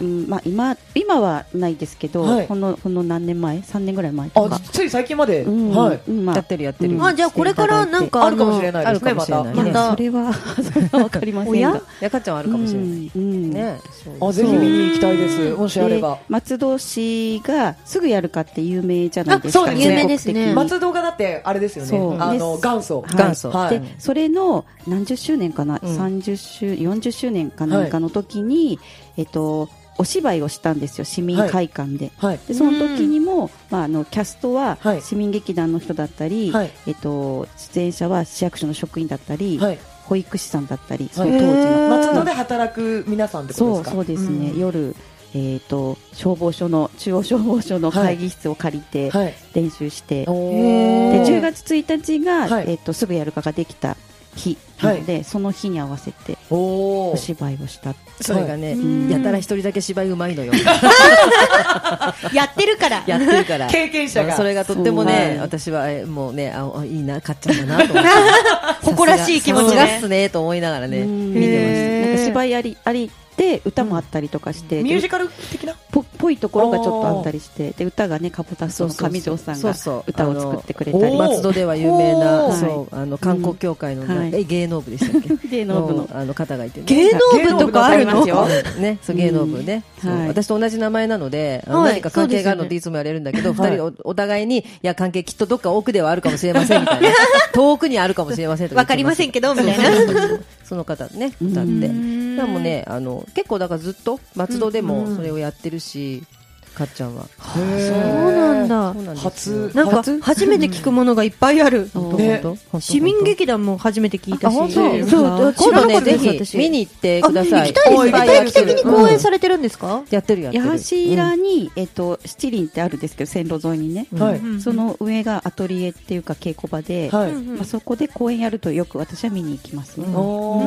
Speaker 4: うんまあ今今はないですけど、
Speaker 2: はい
Speaker 4: ほんのほんの何年前、三年ぐらい前と
Speaker 2: あ
Speaker 4: か、、
Speaker 2: つい最近まで。
Speaker 4: うん
Speaker 2: はい。
Speaker 4: うんまあ
Speaker 3: やってるやってる
Speaker 4: うん
Speaker 1: あ、じゃあこれからなんか
Speaker 2: あるかもしれないです
Speaker 3: あ
Speaker 2: ね、
Speaker 3: るかも
Speaker 2: ま
Speaker 3: しれ
Speaker 2: た。
Speaker 3: ない
Speaker 1: また
Speaker 4: それは それはわかりませんが、
Speaker 1: おや
Speaker 3: いやかっちゃんはあるかもしれない
Speaker 4: うんうん
Speaker 3: ね
Speaker 2: あ、ぜひ見に行きたいです。もしあれば
Speaker 4: で。松戸市がすぐやるかって有名じゃないです
Speaker 2: あ
Speaker 4: か、
Speaker 2: そうですね
Speaker 4: 全国的
Speaker 1: 有
Speaker 4: に
Speaker 1: 名ですね
Speaker 2: 松戸がだってあれですよ
Speaker 4: そ
Speaker 2: ね
Speaker 4: う
Speaker 2: あの
Speaker 4: です
Speaker 2: 元祖
Speaker 4: はい
Speaker 3: 元祖
Speaker 2: はい
Speaker 4: でそれの何十周年かな、
Speaker 3: うん
Speaker 4: 30周40周年かなんかの時に、えっと、お芝居をしたんですよ市民会館で,、
Speaker 2: はい
Speaker 4: でその時にも、まあ、あのキャストは
Speaker 2: はい
Speaker 4: 市民劇団の人だったり、
Speaker 2: はい
Speaker 4: えっと、出演者は市役所の職員だったり、
Speaker 2: はい
Speaker 4: 保育士さんだったり、そ
Speaker 2: はい
Speaker 4: の当時の
Speaker 2: 松戸で働く皆さんってことで
Speaker 4: そ
Speaker 2: す
Speaker 4: う
Speaker 2: か
Speaker 4: そうですね、
Speaker 2: うん
Speaker 4: 夜、えー、と消防署の中央消防署の会議室を借りて
Speaker 2: はい
Speaker 4: 練習して、
Speaker 2: お
Speaker 1: へ
Speaker 2: ー
Speaker 4: で10月1日が、
Speaker 2: はい
Speaker 4: えー、とすぐやるかができた日な
Speaker 2: はい
Speaker 4: ので、その日に合わせて
Speaker 2: お
Speaker 4: お
Speaker 2: お。
Speaker 4: 芝居をした
Speaker 3: それがね、
Speaker 1: ん
Speaker 3: やたら一人だけ芝居うまいのよ。
Speaker 1: やってるから。
Speaker 3: やってるから。
Speaker 2: 経験者が
Speaker 3: それがとってもね、
Speaker 4: そう
Speaker 3: 私はえもうね、あ、あいいな、買っちゃったなと 思って。
Speaker 1: 誇らしい気持ち
Speaker 3: が
Speaker 1: が。
Speaker 3: っすね、と思いながらね、
Speaker 4: うん
Speaker 3: 見て
Speaker 4: なんか
Speaker 1: へー
Speaker 4: 芝居ありありで歌もあったりとかして、
Speaker 2: ミュージ
Speaker 4: で
Speaker 2: カル的な
Speaker 4: ぽぽいところがちょっとあったりしてで歌がねカポタ
Speaker 3: ま
Speaker 4: ス
Speaker 3: す。
Speaker 4: の上条さん
Speaker 3: そう
Speaker 4: が
Speaker 3: そう
Speaker 4: 歌を作ってくれ
Speaker 3: あ
Speaker 4: た
Speaker 3: の
Speaker 4: り
Speaker 2: おー
Speaker 3: 松戸では有名
Speaker 2: お
Speaker 3: な、
Speaker 4: ー
Speaker 3: そう、あの、観光協会の、
Speaker 4: はい
Speaker 3: え芸能部でしたっけ
Speaker 4: 芸能部の
Speaker 3: あの方がいてね
Speaker 1: 芸能部とかある
Speaker 4: 芸能
Speaker 1: の
Speaker 4: 部とかありますよ
Speaker 3: ね、そう芸能部ね、
Speaker 4: うん
Speaker 3: そう
Speaker 4: はい
Speaker 3: 私と同じ名前なので、あの
Speaker 1: はい
Speaker 3: 何か関係があるの
Speaker 1: そうですよね
Speaker 3: っていつもやれるんだけど、二、
Speaker 2: はい
Speaker 3: 人おお互いに、いや、関係きっとどっか奥ではあるかもしれませんみた いな、遠くにあるかもしれませんと
Speaker 1: わ
Speaker 3: か言って
Speaker 1: か
Speaker 3: す、
Speaker 1: りませんけど、みたいな。
Speaker 3: そうそうそうそう その方ね、歌っ
Speaker 4: うん
Speaker 3: て。
Speaker 1: ん
Speaker 3: でもね、あの、結構だからずっと、松戸で
Speaker 2: う
Speaker 3: も
Speaker 2: ん
Speaker 3: それをやってるし、かっちゃんは。
Speaker 2: そう
Speaker 1: そうなんだ
Speaker 3: そう。なんですよ
Speaker 2: 初。
Speaker 1: なんか、初めて聞くものがいっぱいある。
Speaker 4: そう
Speaker 2: ね
Speaker 3: 本当
Speaker 1: 市民劇団も初めて聞いたし。
Speaker 3: あ本当
Speaker 1: うん
Speaker 3: そう今度ね、ぜひ
Speaker 1: 知ら
Speaker 3: 見。
Speaker 1: なかったです私
Speaker 3: に行ってください。
Speaker 1: あ行きたいですね。
Speaker 3: っぱ
Speaker 1: 定期的に公演
Speaker 3: れ
Speaker 1: されてるんですか
Speaker 3: やってるやってる。
Speaker 4: 八頭に、えっと七輪ってあるんですけど線路沿いにね、
Speaker 3: うん
Speaker 2: はい。
Speaker 1: うん
Speaker 4: その上がアトリエっていうか稽古場で、
Speaker 1: う
Speaker 2: は
Speaker 1: ん
Speaker 2: い。
Speaker 1: うん
Speaker 4: まあ、そこで公演やるとよく私は見に行きますね、
Speaker 2: お
Speaker 1: うん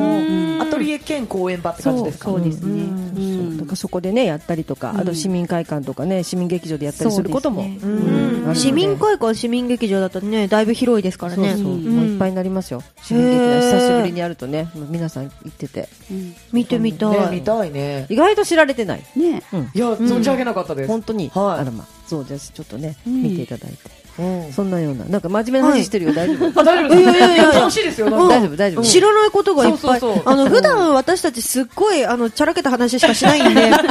Speaker 2: ーアトリエ兼公演場って感じですか
Speaker 4: そうそうですね
Speaker 2: ん
Speaker 3: うん
Speaker 4: うん
Speaker 3: だからそこでねやったりとか、あと市民会館とかね市民劇場でやったりすることも、
Speaker 4: そうです
Speaker 1: う
Speaker 4: ね
Speaker 1: ん
Speaker 3: うん
Speaker 1: 市民会館、市民劇場だとね、だいぶ広いですからね。
Speaker 3: そうそう
Speaker 4: うん
Speaker 3: もういっぱいになりますよ市民劇
Speaker 1: へ
Speaker 3: 場
Speaker 1: ー
Speaker 3: 久しぶりにやるとねもう皆さん行ってて
Speaker 4: うん
Speaker 1: 見てみた
Speaker 2: ね
Speaker 1: い。
Speaker 2: 見たいね。
Speaker 3: 意外と知られてない
Speaker 4: ね
Speaker 2: いや、存じ上げなかったです。
Speaker 3: 本当に、
Speaker 2: はい
Speaker 3: あらまそうじゃあちょっとね、
Speaker 4: うん
Speaker 3: 見ていただいて
Speaker 2: うん
Speaker 3: そんなようななんか真面目な話してるよ、大丈夫
Speaker 2: あ、大丈夫です。
Speaker 1: いやいやいやいや
Speaker 2: 楽しいですよ、なんか
Speaker 3: 大丈夫大丈夫
Speaker 1: 知らないことがいっぱい。
Speaker 2: そうそうそう
Speaker 1: あの、普段私たちすっごい、あの、ちゃらけた話しかしないんで、たまに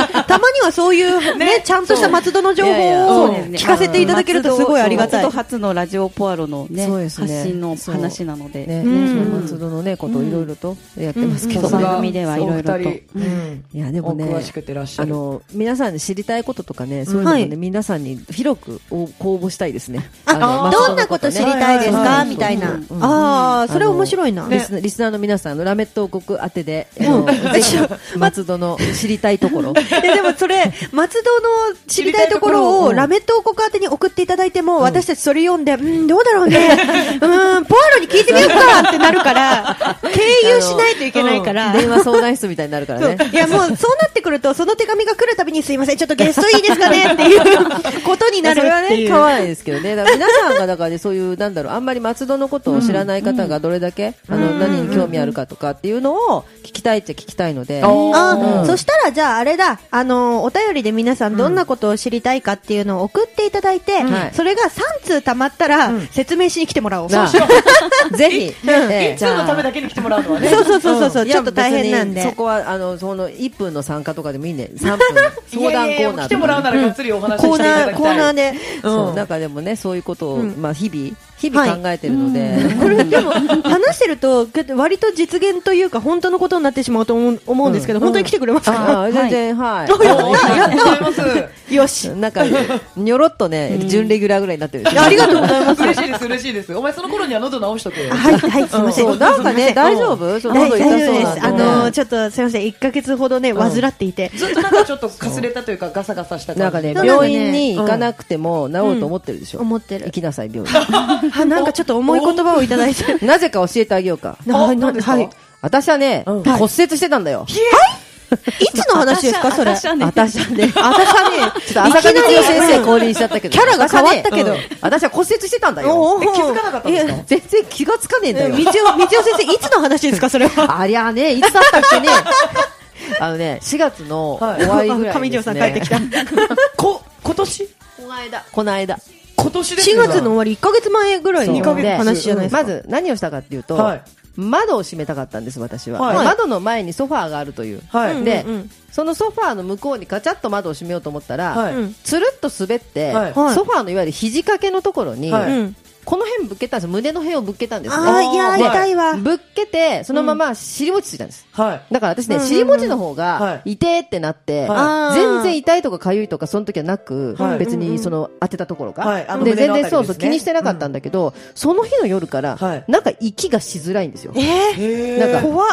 Speaker 1: はそういう、ね、ちゃんとした松戸の情報
Speaker 3: いやいや
Speaker 1: を
Speaker 2: そうです
Speaker 1: 聞かせていただけるとすごいありがたい
Speaker 4: 松戸。初のラジオポアロの、ね
Speaker 3: そうですね
Speaker 4: 発信の話なので、
Speaker 3: ね、
Speaker 1: うん
Speaker 3: 松戸のねことをいろいろとやってますけど、
Speaker 4: うん
Speaker 2: さすが
Speaker 4: 番組ではいろいろと
Speaker 2: お二人うん
Speaker 3: いやでもね
Speaker 2: お詳しくてらっしゃ
Speaker 3: あ
Speaker 2: る。
Speaker 3: の皆さんに知りたいこととかね、そういうのも
Speaker 1: は
Speaker 3: ね、
Speaker 1: い
Speaker 3: 皆さんに広く応募したいですね。の
Speaker 1: あ、
Speaker 3: 松戸
Speaker 1: ど
Speaker 3: の
Speaker 1: んなこと知り
Speaker 3: ね
Speaker 1: たいです
Speaker 2: はいはいは
Speaker 1: か
Speaker 2: い
Speaker 1: みたいな
Speaker 4: うん
Speaker 3: う。ん
Speaker 1: ああ、それ面白いな。
Speaker 3: あの
Speaker 1: ね
Speaker 3: リスナーリスナーの皆さん、あのラメット王国宛てで、あのぜ ひ松戸の知りたいところ。
Speaker 1: えでもそれ、松戸の知りたいところをラメット王国宛てに送っていただいても、私たちそれ読んで、うん、どうだろうね、うん、ポアロに聞いてみようかってなるから、経由しないといけないから。
Speaker 3: 電話相談室みたいになるから
Speaker 1: そう
Speaker 3: ね。
Speaker 1: いやもうそうなってくると、その手紙が来るたびにすいません、ちょっとゲストいいですか ねっていうことになる
Speaker 3: それは
Speaker 1: って
Speaker 3: ね、
Speaker 1: いう。
Speaker 3: 変わらないですけどね。だから皆さんが、だからね、そういう、なんだろう、あんまり松戸のことを知らない方がどれだけ、あの、何に興味あるかとかっていうのを聞きたいっちゃ聞きたいので。
Speaker 2: お
Speaker 1: あ
Speaker 2: うん
Speaker 1: そしたら、じゃああれだ、あのお便りで皆さんどんなことを知りたいかっていうのを送っていただいて、
Speaker 3: はい
Speaker 1: それが3通たまったら、説明しに来てもらおう。
Speaker 3: なあ
Speaker 1: そうしよ
Speaker 3: ぜひ、ええ
Speaker 2: 一通のためだけに来てもらうのは
Speaker 1: う
Speaker 2: ね。
Speaker 1: そうそうそうそう、
Speaker 3: いや
Speaker 1: ちょっと大変なんで
Speaker 3: 別に。そこは、あの、その、1分の参加とかでもいいんで、3分、相談コーナーとかね
Speaker 2: 来てもらうならがっつりお話し
Speaker 1: コ
Speaker 2: し
Speaker 1: ー
Speaker 2: ていた
Speaker 1: ナ
Speaker 2: だ
Speaker 1: ー、
Speaker 2: き
Speaker 1: コーナ
Speaker 2: た
Speaker 1: ー
Speaker 2: い。
Speaker 1: で。
Speaker 3: そう
Speaker 2: うん
Speaker 3: なんかでもね、そういうことを、
Speaker 1: うん
Speaker 3: まあ、日々、日々考えてるので、
Speaker 1: これでも、話してると、けど割と実現というか、本当のことになってしまうと思う思うんですけど、本当に来てくれます
Speaker 3: あ
Speaker 1: か
Speaker 3: あ、全然、はい。
Speaker 1: あやった
Speaker 2: ありがとうございま。
Speaker 1: よし。
Speaker 3: なん か、にょろっとね、準レギュラーぐらいになってる。
Speaker 1: ありがとうございます
Speaker 2: 嬉しいです、嬉しいです。お前その頃には喉治しとけよ。
Speaker 1: はい、はい、すいません。
Speaker 3: そう、なんかね、大丈夫そう
Speaker 1: 大
Speaker 3: 喉
Speaker 1: 大丈夫
Speaker 3: 痛そう
Speaker 1: で
Speaker 3: なん
Speaker 1: す。あ
Speaker 3: で
Speaker 1: の、ちょっとすみません、1ヶ月ほどね、患ってい て。
Speaker 2: ずっとなんかちょっとかすれたというか、ガサガサした
Speaker 3: なん
Speaker 2: 感
Speaker 3: か
Speaker 2: じ
Speaker 3: ね、
Speaker 1: そうなんだ
Speaker 3: 病
Speaker 1: ね
Speaker 3: 院に行かなくても治ると思ってるでしょ。
Speaker 1: うん思ってる
Speaker 3: 行きなさい、病院。
Speaker 1: あ、 なんかちょっと重い言葉をいた だいて。
Speaker 3: なぜか教えてあげようか。
Speaker 1: な はい、
Speaker 2: 何
Speaker 1: な
Speaker 2: ですか
Speaker 1: はい。
Speaker 3: 私はね、
Speaker 2: うん
Speaker 3: 骨折してたんだよ。
Speaker 1: いつの話ですか、それ。私はね、
Speaker 3: 私は ね。
Speaker 1: 私はね、
Speaker 3: ちょっと朝香月代先生降臨しちゃったけ
Speaker 1: キ
Speaker 3: ど。
Speaker 1: ャラが変わったけど
Speaker 3: 私はねうん私は骨折してたんだよ。
Speaker 1: おー
Speaker 2: え気づかなかったんですか
Speaker 1: いや
Speaker 3: 全然気がつかねえんだよ。
Speaker 1: 道夫、道夫先生、いつの話ですか、それは。
Speaker 3: ありゃあね、いつだったっけね。あのね、4月の終わりぐらい
Speaker 1: 上
Speaker 3: で
Speaker 1: 条
Speaker 3: す
Speaker 1: さん
Speaker 3: ね。
Speaker 1: 帰ってきた。
Speaker 2: こ、今年
Speaker 3: この間。
Speaker 2: 今年です
Speaker 1: 4
Speaker 2: よ
Speaker 1: 月の終わり、1ヶ月前ぐらい
Speaker 3: そう
Speaker 1: の
Speaker 3: で
Speaker 1: 話じゃないですか。
Speaker 3: まず何をしたかっていうと、
Speaker 2: はい
Speaker 3: 窓を閉めたかったんです、私は、
Speaker 2: はい
Speaker 3: 窓の前にソファーがあるという。
Speaker 2: はい
Speaker 1: うん
Speaker 3: で、
Speaker 1: うんうん
Speaker 3: そのソファーの向こうにカチャッと窓を閉めようと思ったら、
Speaker 2: はい
Speaker 1: うん
Speaker 3: つるっと滑って、
Speaker 2: はい
Speaker 3: ソファーのいわゆる肘掛けのところに、
Speaker 2: はい
Speaker 1: うん。
Speaker 3: この辺ぶっけたんです胸の辺をぶっけたんですね。
Speaker 1: ああ、いや、
Speaker 2: あー
Speaker 1: 痛いわ。
Speaker 3: ぶっけて、そのまま尻餅ついたんです。
Speaker 2: はい。
Speaker 3: だから私ね、
Speaker 1: うんうんうん
Speaker 3: 尻餅の方が
Speaker 2: は、
Speaker 3: 痛えってなって、
Speaker 1: はい
Speaker 3: 全然痛いとか痒いとか、その時はなく、
Speaker 2: はい
Speaker 3: 別
Speaker 1: うんう
Speaker 3: に
Speaker 1: ん
Speaker 3: その当てたところが。
Speaker 2: はいあの
Speaker 3: で、
Speaker 2: 胸
Speaker 3: 全
Speaker 2: のあたり
Speaker 3: 然そうそう、
Speaker 2: ですね
Speaker 3: 気にしてなかったんだけど、その日の夜から
Speaker 2: はい、
Speaker 3: なんか息がしづらいんですよ。
Speaker 1: えー
Speaker 2: へー
Speaker 3: なんか、
Speaker 1: 怖っ。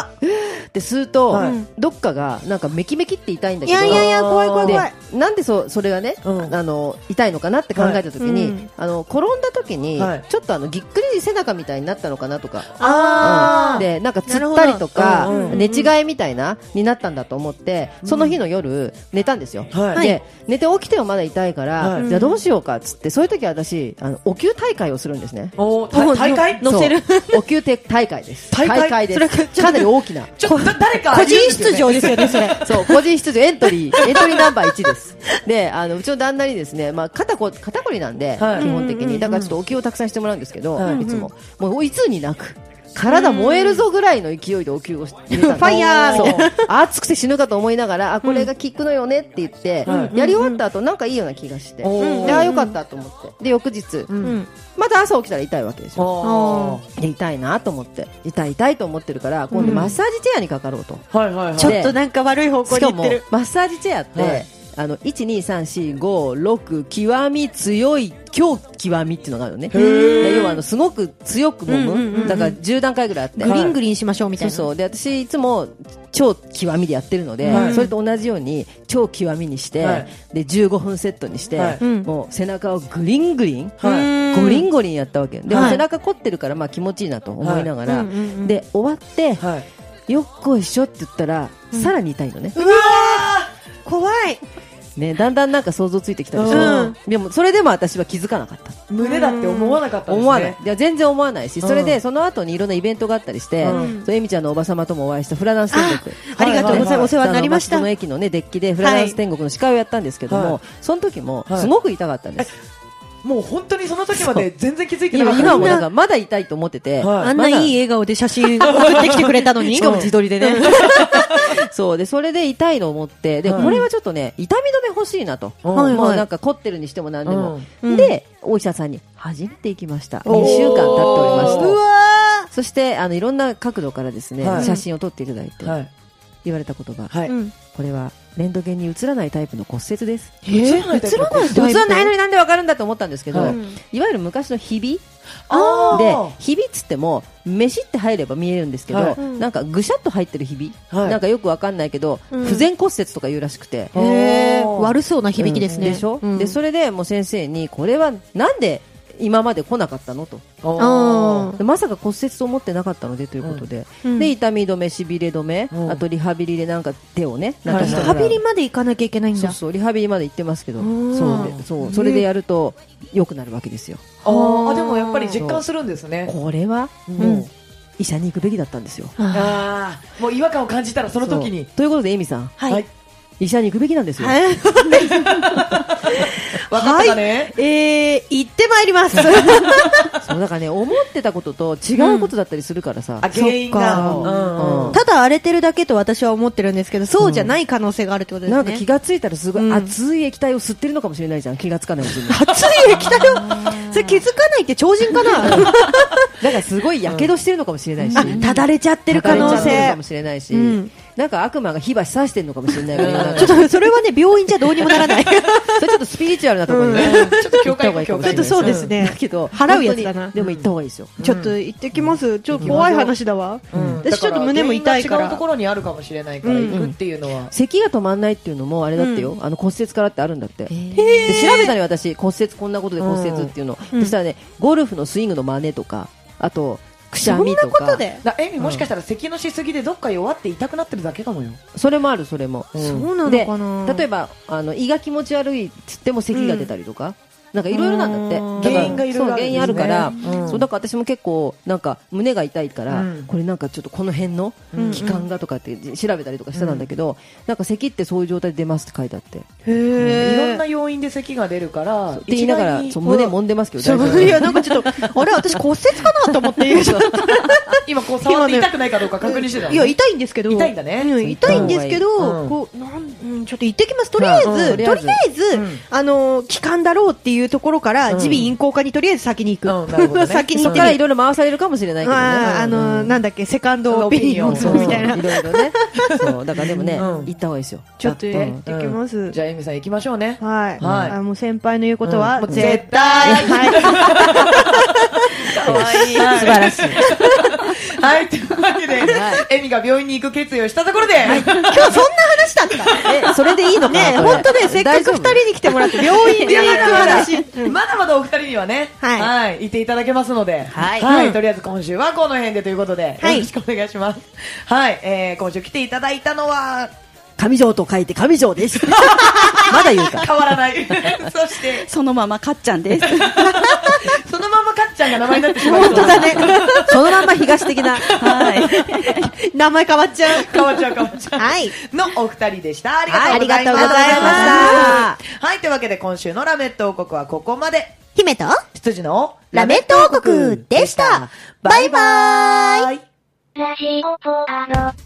Speaker 3: って吸うと
Speaker 2: はい、
Speaker 3: どっかが、なんかメキメキって痛いんだ
Speaker 1: い
Speaker 3: けど、
Speaker 1: やいやいや、怖い怖い
Speaker 3: で
Speaker 1: 怖い。
Speaker 3: なんでそそれがね、
Speaker 2: うん
Speaker 3: あの痛いのかなって考えた時に、
Speaker 1: はいうん
Speaker 3: あの転んだ時に、
Speaker 2: はい
Speaker 3: ちょっとあのぎっくり背中みたいになったのかなとか、
Speaker 2: あ
Speaker 3: うん
Speaker 2: ー
Speaker 3: でなんかつったりとか、
Speaker 2: なるほどうんうんうん
Speaker 3: 寝違いみたいなになったんだと思ってその日の夜寝たんですよ、
Speaker 2: はい
Speaker 3: で寝て起きてもまだ痛いから、
Speaker 2: はい
Speaker 3: じゃあどうしようかっつってそういう時は私あのお灸大会をするんですね
Speaker 2: おーた大会
Speaker 3: そう
Speaker 1: 乗せる
Speaker 3: お灸て大会です
Speaker 2: 大会
Speaker 3: で
Speaker 1: それ
Speaker 3: すかなり大きな
Speaker 2: ちょっと誰か
Speaker 1: 個人出場ですよね、それ。
Speaker 3: そう、個人出場エントリー、エントリーナンバー1です。で、あの、うちの旦那にですね、まあ、肩こ、肩こりなんで、
Speaker 2: はい
Speaker 3: 基本的に。だからちょっとお灸をたくさんしてもらうんですけど、
Speaker 2: はい
Speaker 3: い、つも。もう、いつになく。体燃えるぞぐらいの勢いでお灸をしてフ
Speaker 1: ァイヤー
Speaker 3: そう熱くて死ぬかと思いながらあこれが効くのよねって言って、
Speaker 2: は
Speaker 3: やり終わった後なんかいいような気がして、
Speaker 2: おー
Speaker 3: でああよかったと思ってで翌日、
Speaker 1: うん。
Speaker 3: また朝起きたら痛いわけですよ
Speaker 2: お
Speaker 3: で痛いなと思って痛い痛いと思ってるから今度マッサージチェアにかかろうと、
Speaker 2: ーはいはいはい
Speaker 1: ちょっとなんか悪い方向
Speaker 3: し
Speaker 1: に
Speaker 3: か
Speaker 1: 行っ
Speaker 3: も
Speaker 1: てる。
Speaker 3: マッサージチェアって、
Speaker 2: はい
Speaker 3: あの12345極み強い強極みっていうのがあるよね
Speaker 2: ー
Speaker 3: 要はあのすごく強く揉む、
Speaker 1: うんうんうんうん
Speaker 3: だから10段階ぐらいあって
Speaker 1: グリングリンしましょうみたい
Speaker 3: そう
Speaker 1: な。
Speaker 3: そうで私いつも超極みでやってるので、
Speaker 2: はい
Speaker 3: それと同じように超極みにして、
Speaker 2: はい
Speaker 3: で15分セットにして、
Speaker 2: はい
Speaker 1: うん
Speaker 3: もう背中をグリングリン、
Speaker 2: は
Speaker 3: ゴリンゴリンやったわけでも
Speaker 2: はい
Speaker 3: 背中凝ってるからまあ気持ちいいなと思いながら、
Speaker 1: はいうんうんうん
Speaker 3: で終わって、
Speaker 2: いはい
Speaker 3: よっこいしょって言ったら、さらに痛いのね
Speaker 1: うわー怖い。
Speaker 3: ね、だんだんなんか想像ついてきたでしょ、
Speaker 1: うん
Speaker 3: でもそれでも私は気づかなかった、
Speaker 2: 胸だって思わなかったんですね
Speaker 3: 思わないいや全然思わないし、
Speaker 2: うん
Speaker 3: それでその後にいろんなイベントがあったりして、
Speaker 2: う
Speaker 3: そうえみちゃんのおばさまともお会いしたフラダンス天国
Speaker 1: ありがとうございます。お世話になりまし
Speaker 3: あ
Speaker 1: た
Speaker 3: の松戸。の駅の、ね、デッキでフラダンス天国の司会をやったんですけども、
Speaker 2: はい
Speaker 3: その時も
Speaker 2: はい
Speaker 3: すごく痛かったんです、
Speaker 2: もう本当にその時まで全然気づいてなか
Speaker 3: 今
Speaker 2: った
Speaker 3: 今もなんかまだ痛いと思ってて、
Speaker 2: はい
Speaker 1: あんないい笑顔で写真送ってきてくれたのに。しかも自撮りでね。
Speaker 3: そうでそれで痛いのを思ってで、
Speaker 2: はい
Speaker 3: これはちょっとね痛み止め欲しいなと、
Speaker 2: うん
Speaker 1: はい
Speaker 3: もうなんか凝ってるにしても何でも、
Speaker 1: うん
Speaker 3: でお医者さんに初めて行きました
Speaker 2: おー
Speaker 3: 2週間経っておりました
Speaker 2: う
Speaker 1: わ
Speaker 3: そしてあのいろんな角度からですね、
Speaker 2: はい
Speaker 3: 写真を撮っていただいて、
Speaker 2: はい
Speaker 3: 言われたことが、
Speaker 2: はい
Speaker 1: うん。
Speaker 3: これはレントゲンに映らないタイプの骨折です
Speaker 2: 映らないタイプの骨
Speaker 1: 映ら
Speaker 3: 映らないの
Speaker 1: の
Speaker 3: になんでわかるんだと思ったんですけど、
Speaker 2: はい
Speaker 3: い、わゆる昔のひび
Speaker 2: あ
Speaker 3: で
Speaker 2: ー
Speaker 3: ひびっつっても飯って入れば見えるんですけど、
Speaker 2: はい
Speaker 1: うん
Speaker 3: なんかぐしゃっと入ってるひび、
Speaker 2: はい
Speaker 3: なんかよくわかんないけど、
Speaker 1: うん
Speaker 3: 不全骨折とか言うらしくて、
Speaker 1: へー
Speaker 2: おー
Speaker 1: 悪そうな響きですね。
Speaker 3: でしょ、
Speaker 1: うん
Speaker 3: でそれでもう先生にこれはなんで今まで来なかったのと
Speaker 2: お
Speaker 1: あ
Speaker 2: ー
Speaker 3: でまさか骨折と思ってなかったのでということで、
Speaker 1: うん
Speaker 3: で痛み止め、しびれ止め、
Speaker 2: うん
Speaker 3: あとリハビリでなんか手をね、なん
Speaker 2: は
Speaker 3: か
Speaker 2: い
Speaker 3: した
Speaker 1: リ
Speaker 3: ら
Speaker 1: ハビリまで行かなきゃいけないん
Speaker 3: そう
Speaker 1: だ。
Speaker 3: そうリハビリまで行ってますけど、
Speaker 1: うん
Speaker 3: そうでそうそれでやると良くなるわけですよ。
Speaker 2: あーでもやっぱり実感するんですね
Speaker 3: これはもう医者に行くべきだったんですよ。
Speaker 1: は
Speaker 2: ああもう違和感を感じたらその時に
Speaker 3: そうということでエミさん、
Speaker 1: い。
Speaker 3: 医者に行くべきなんですよ。
Speaker 1: はい
Speaker 2: 分かったかね
Speaker 1: えー、行ってまいります。
Speaker 3: そうだからね思ってたことと違うことだったりするからさ。
Speaker 2: あ原因が
Speaker 1: そっか
Speaker 2: うん
Speaker 3: うん
Speaker 1: ただ荒れてるだけと私は思ってるんですけど、そうじゃない可能性があるってことですね。
Speaker 3: なんか気がついたらすご
Speaker 1: う
Speaker 3: い
Speaker 1: ん
Speaker 3: 熱い液体を吸ってるのかもしれないじゃん気がつかないう ちに
Speaker 1: 熱い液体を、それ気づかないって超人かな
Speaker 3: だからすごい火傷してるのかもしれないし、
Speaker 1: ただれちゃってる可能
Speaker 3: 叩いちゃってるか
Speaker 1: 性
Speaker 3: も。しれないし、
Speaker 1: うん
Speaker 3: なんか悪魔が火ば刺してるのかもしれないから、
Speaker 1: ちょっとそれはね、病院じゃどうにもならない。ち
Speaker 3: それちょっとスピリチュアルなところに、
Speaker 2: うん
Speaker 3: 行
Speaker 2: ちょっと教
Speaker 3: った
Speaker 2: 会
Speaker 3: 方がいいかもし
Speaker 1: ょ
Speaker 3: れ
Speaker 1: っ
Speaker 3: ない
Speaker 1: とそうです
Speaker 3: うん
Speaker 1: ね
Speaker 3: だ。けど
Speaker 1: 払うやつだな
Speaker 3: 本当にでも行った方がいいですよ、
Speaker 1: ちょっと行ってきます。ちょっと怖い話だわ。
Speaker 2: うん
Speaker 1: 私ちょっと胸も痛いから
Speaker 2: だ原因が違うところにあるかもしれないから行くっていうのは
Speaker 3: 咳が止まんないっていうのもあれだってよ、あの骨折からってあるんだって、で調べたのよ私骨折こんなことで骨折っていうの、
Speaker 1: うん
Speaker 3: そしたらねゴルフのスイングの真似とかあとくしゃ
Speaker 1: そん
Speaker 3: み
Speaker 1: な
Speaker 3: と
Speaker 1: こ
Speaker 3: か
Speaker 1: とで。
Speaker 2: だエミもしかしたら咳のしすぎでどっか弱って痛くなってるだけかもよ
Speaker 3: それもあるそれも、
Speaker 1: そうなのかな
Speaker 3: で例えばあの胃が気持ち悪いっつっても咳が出たりとか、なんかいろいろなんだ
Speaker 1: うん
Speaker 3: ってだから
Speaker 2: 原因がいろいろあるんですね
Speaker 3: そう原因あるから、
Speaker 2: うん
Speaker 3: そうだから私も結構なんか胸が痛いから、
Speaker 2: うん
Speaker 3: これなんかちょっとこの辺の
Speaker 1: うん
Speaker 3: 気管がとかって調べたりとかしてたんだけど、なんか咳ってそういう状態で出ますって書いてあって、
Speaker 1: へ
Speaker 2: いろん
Speaker 1: ー
Speaker 2: な要因で咳が出るから
Speaker 3: って言いなが
Speaker 2: 一概
Speaker 3: ら
Speaker 2: に
Speaker 3: そう胸揉んでますけど
Speaker 1: そ
Speaker 3: 大丈夫
Speaker 1: ういや、なんかちょっと、あれ、私骨折かなと思って言う人。
Speaker 2: 今こう触って痛くないかどうか確認してたの
Speaker 1: いや、痛いんですけど。
Speaker 2: 痛いんだね
Speaker 1: う痛いんですけ
Speaker 2: うん
Speaker 1: ど、こう、なん、うんちょっと行ってきます。とりあえ
Speaker 3: うんうん
Speaker 1: ず、とりあえず
Speaker 2: うん、
Speaker 1: あの、期間だろうっていうところから、
Speaker 2: うん
Speaker 1: 耳鼻咽喉科にとりあえず先に行
Speaker 2: うんなるほどね
Speaker 1: く。 先に行
Speaker 3: そ
Speaker 1: っ
Speaker 3: っ
Speaker 1: み
Speaker 3: てから
Speaker 1: る
Speaker 3: いろいろ回されるかもしれないけどね。
Speaker 1: あーあの、なんだっけ、セカンドオピニオン
Speaker 2: そう
Speaker 1: みたいな。
Speaker 3: いろいろね。そう、だからでもね、
Speaker 2: うん
Speaker 3: 行った方がいいですよ。
Speaker 1: ちょっと
Speaker 3: う
Speaker 1: 行
Speaker 3: ん
Speaker 1: ってきます。
Speaker 2: じゃあエミさん行きましょうね
Speaker 1: はい。
Speaker 2: はい
Speaker 1: あもう先輩の言うこと
Speaker 2: うん
Speaker 1: は
Speaker 2: もう、絶
Speaker 1: 絶
Speaker 2: 対
Speaker 1: 対。はい
Speaker 2: 素晴ら しい。はい、というわけで、エミが病院に行く決意をしたところで、
Speaker 1: 今日そんな話だ
Speaker 3: え、それでいいのかな
Speaker 1: ねえ
Speaker 3: これ
Speaker 1: 本当ね、せっかく二人に来てもらって、病院に行く話。うん
Speaker 2: まだまだお二人にはね、
Speaker 1: はい
Speaker 2: い、いていただけますので、
Speaker 3: はい
Speaker 1: うん
Speaker 2: とりあえず今週はこの辺でということで、
Speaker 1: はい
Speaker 2: よろしくお願いします。はい、えー、今週来ていただいたのは、
Speaker 3: 上条と書いて上条 です。まだ言うか。
Speaker 2: 変わらない。そして、
Speaker 4: そのままかっちゃんです。
Speaker 2: そのままかっちゃんが名前になってしまう。
Speaker 1: 本当だね。
Speaker 3: そのまんま東的な。
Speaker 1: 名前変わっちゃう。
Speaker 2: かわちゃうかわちゃう。
Speaker 1: はい。
Speaker 2: のお二人でした。あり
Speaker 1: はいありが
Speaker 2: が
Speaker 1: と
Speaker 2: と
Speaker 1: う
Speaker 2: う
Speaker 1: ご
Speaker 2: ご
Speaker 1: ざ
Speaker 2: ざ
Speaker 1: いま
Speaker 2: いま
Speaker 1: し
Speaker 2: したた。はい、というわけで今週のラメット王国はここまで。
Speaker 1: 姫と
Speaker 2: 羊の
Speaker 1: ラメット王国でしたバイバーイ
Speaker 2: イ
Speaker 5: ラジオポアド。